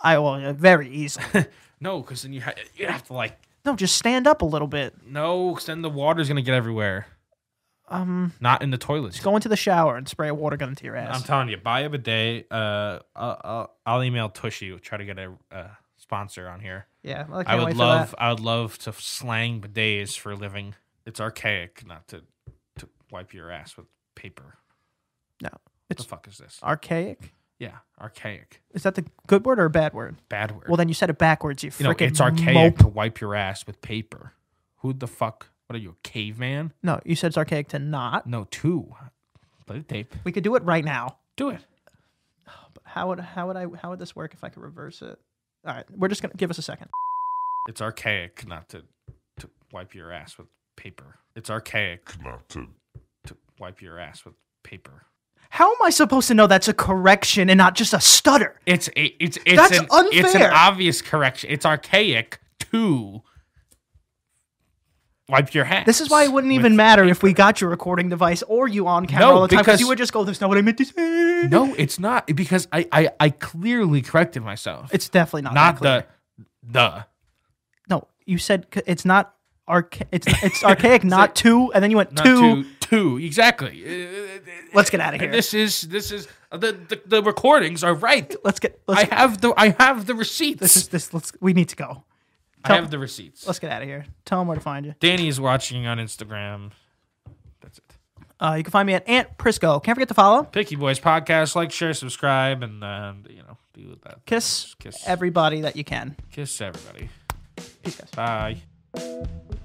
[SPEAKER 1] I well, yeah, very easily.
[SPEAKER 2] No, because then you ha- you have to like
[SPEAKER 1] no, just stand up a little bit.
[SPEAKER 2] no, because then the water's gonna get everywhere.
[SPEAKER 1] Um,
[SPEAKER 2] Not in the toilets.
[SPEAKER 1] just go into the shower and spray a water gun into your
[SPEAKER 2] I'm
[SPEAKER 1] ass.
[SPEAKER 2] telling you, buy a bidet. Uh, I'll, I'll, I'll email Tushy. Try to get a, a sponsor on here.
[SPEAKER 1] yeah, I, can't
[SPEAKER 2] I
[SPEAKER 1] wait
[SPEAKER 2] would
[SPEAKER 1] for
[SPEAKER 2] love.
[SPEAKER 1] that.
[SPEAKER 2] I would love to slang bidets for a living. It's archaic not to to wipe your ass with paper.
[SPEAKER 1] No,
[SPEAKER 2] What the
[SPEAKER 1] it's
[SPEAKER 2] fuck is this?
[SPEAKER 1] archaic.
[SPEAKER 2] Yeah, archaic.
[SPEAKER 1] Is that the good word or a bad word?
[SPEAKER 2] Bad word.
[SPEAKER 1] Well, then you said it backwards. You
[SPEAKER 2] you know,
[SPEAKER 1] freaking
[SPEAKER 2] it's archaic
[SPEAKER 1] mope.
[SPEAKER 2] to wipe your ass with paper. Who the fuck? What are you, a caveman?
[SPEAKER 1] No, you said it's archaic to not.
[SPEAKER 2] No, two. Play the tape.
[SPEAKER 1] We could do it right now.
[SPEAKER 2] Do it.
[SPEAKER 1] But how would how would I how would this work if I could reverse it? All right, we're just gonna give us a second.
[SPEAKER 2] It's archaic not to to wipe your ass with paper. It's archaic
[SPEAKER 3] not to
[SPEAKER 2] to wipe your ass with paper.
[SPEAKER 1] How am I supposed to know that's a correction and not just a stutter?
[SPEAKER 2] It's a, it's it's
[SPEAKER 1] That's
[SPEAKER 2] an, It's an
[SPEAKER 1] unfair.
[SPEAKER 2] obvious correction. It's archaic to wipe your ass.
[SPEAKER 1] This is why it wouldn't
[SPEAKER 2] with-
[SPEAKER 1] even matter if we got your recording device or you on camera
[SPEAKER 2] No,
[SPEAKER 1] all the time because
[SPEAKER 2] because-
[SPEAKER 1] you would just go, "That's not what I meant to say."
[SPEAKER 2] No, it's not because I I, I clearly corrected myself.
[SPEAKER 1] it's definitely not.
[SPEAKER 2] not
[SPEAKER 1] that clear.
[SPEAKER 2] the the.
[SPEAKER 1] No, you said c- it's not archaic. It's it's archaic, not two, and then you went
[SPEAKER 2] Not
[SPEAKER 1] two.
[SPEAKER 2] two. Two. Exactly. Uh,
[SPEAKER 1] Let's get out of here.
[SPEAKER 2] This is this is the the, the recordings are right.
[SPEAKER 1] let's get. Let's,
[SPEAKER 2] I have the I have the receipts.
[SPEAKER 1] this is this. Let's. We need to go.
[SPEAKER 2] I have the receipts.
[SPEAKER 1] Let's get out of here. Tell them where to find you.
[SPEAKER 2] Danny is watching on Instagram. That's it.
[SPEAKER 1] Uh, you can find me at Aunt Prisco. Can't forget to follow.
[SPEAKER 2] Picky Boys podcast. Like, share, subscribe, and uh, you know do that.
[SPEAKER 1] Kiss,
[SPEAKER 2] Kiss.
[SPEAKER 1] everybody that you can.
[SPEAKER 2] Kiss everybody.
[SPEAKER 1] Peace, guys.
[SPEAKER 2] Bye.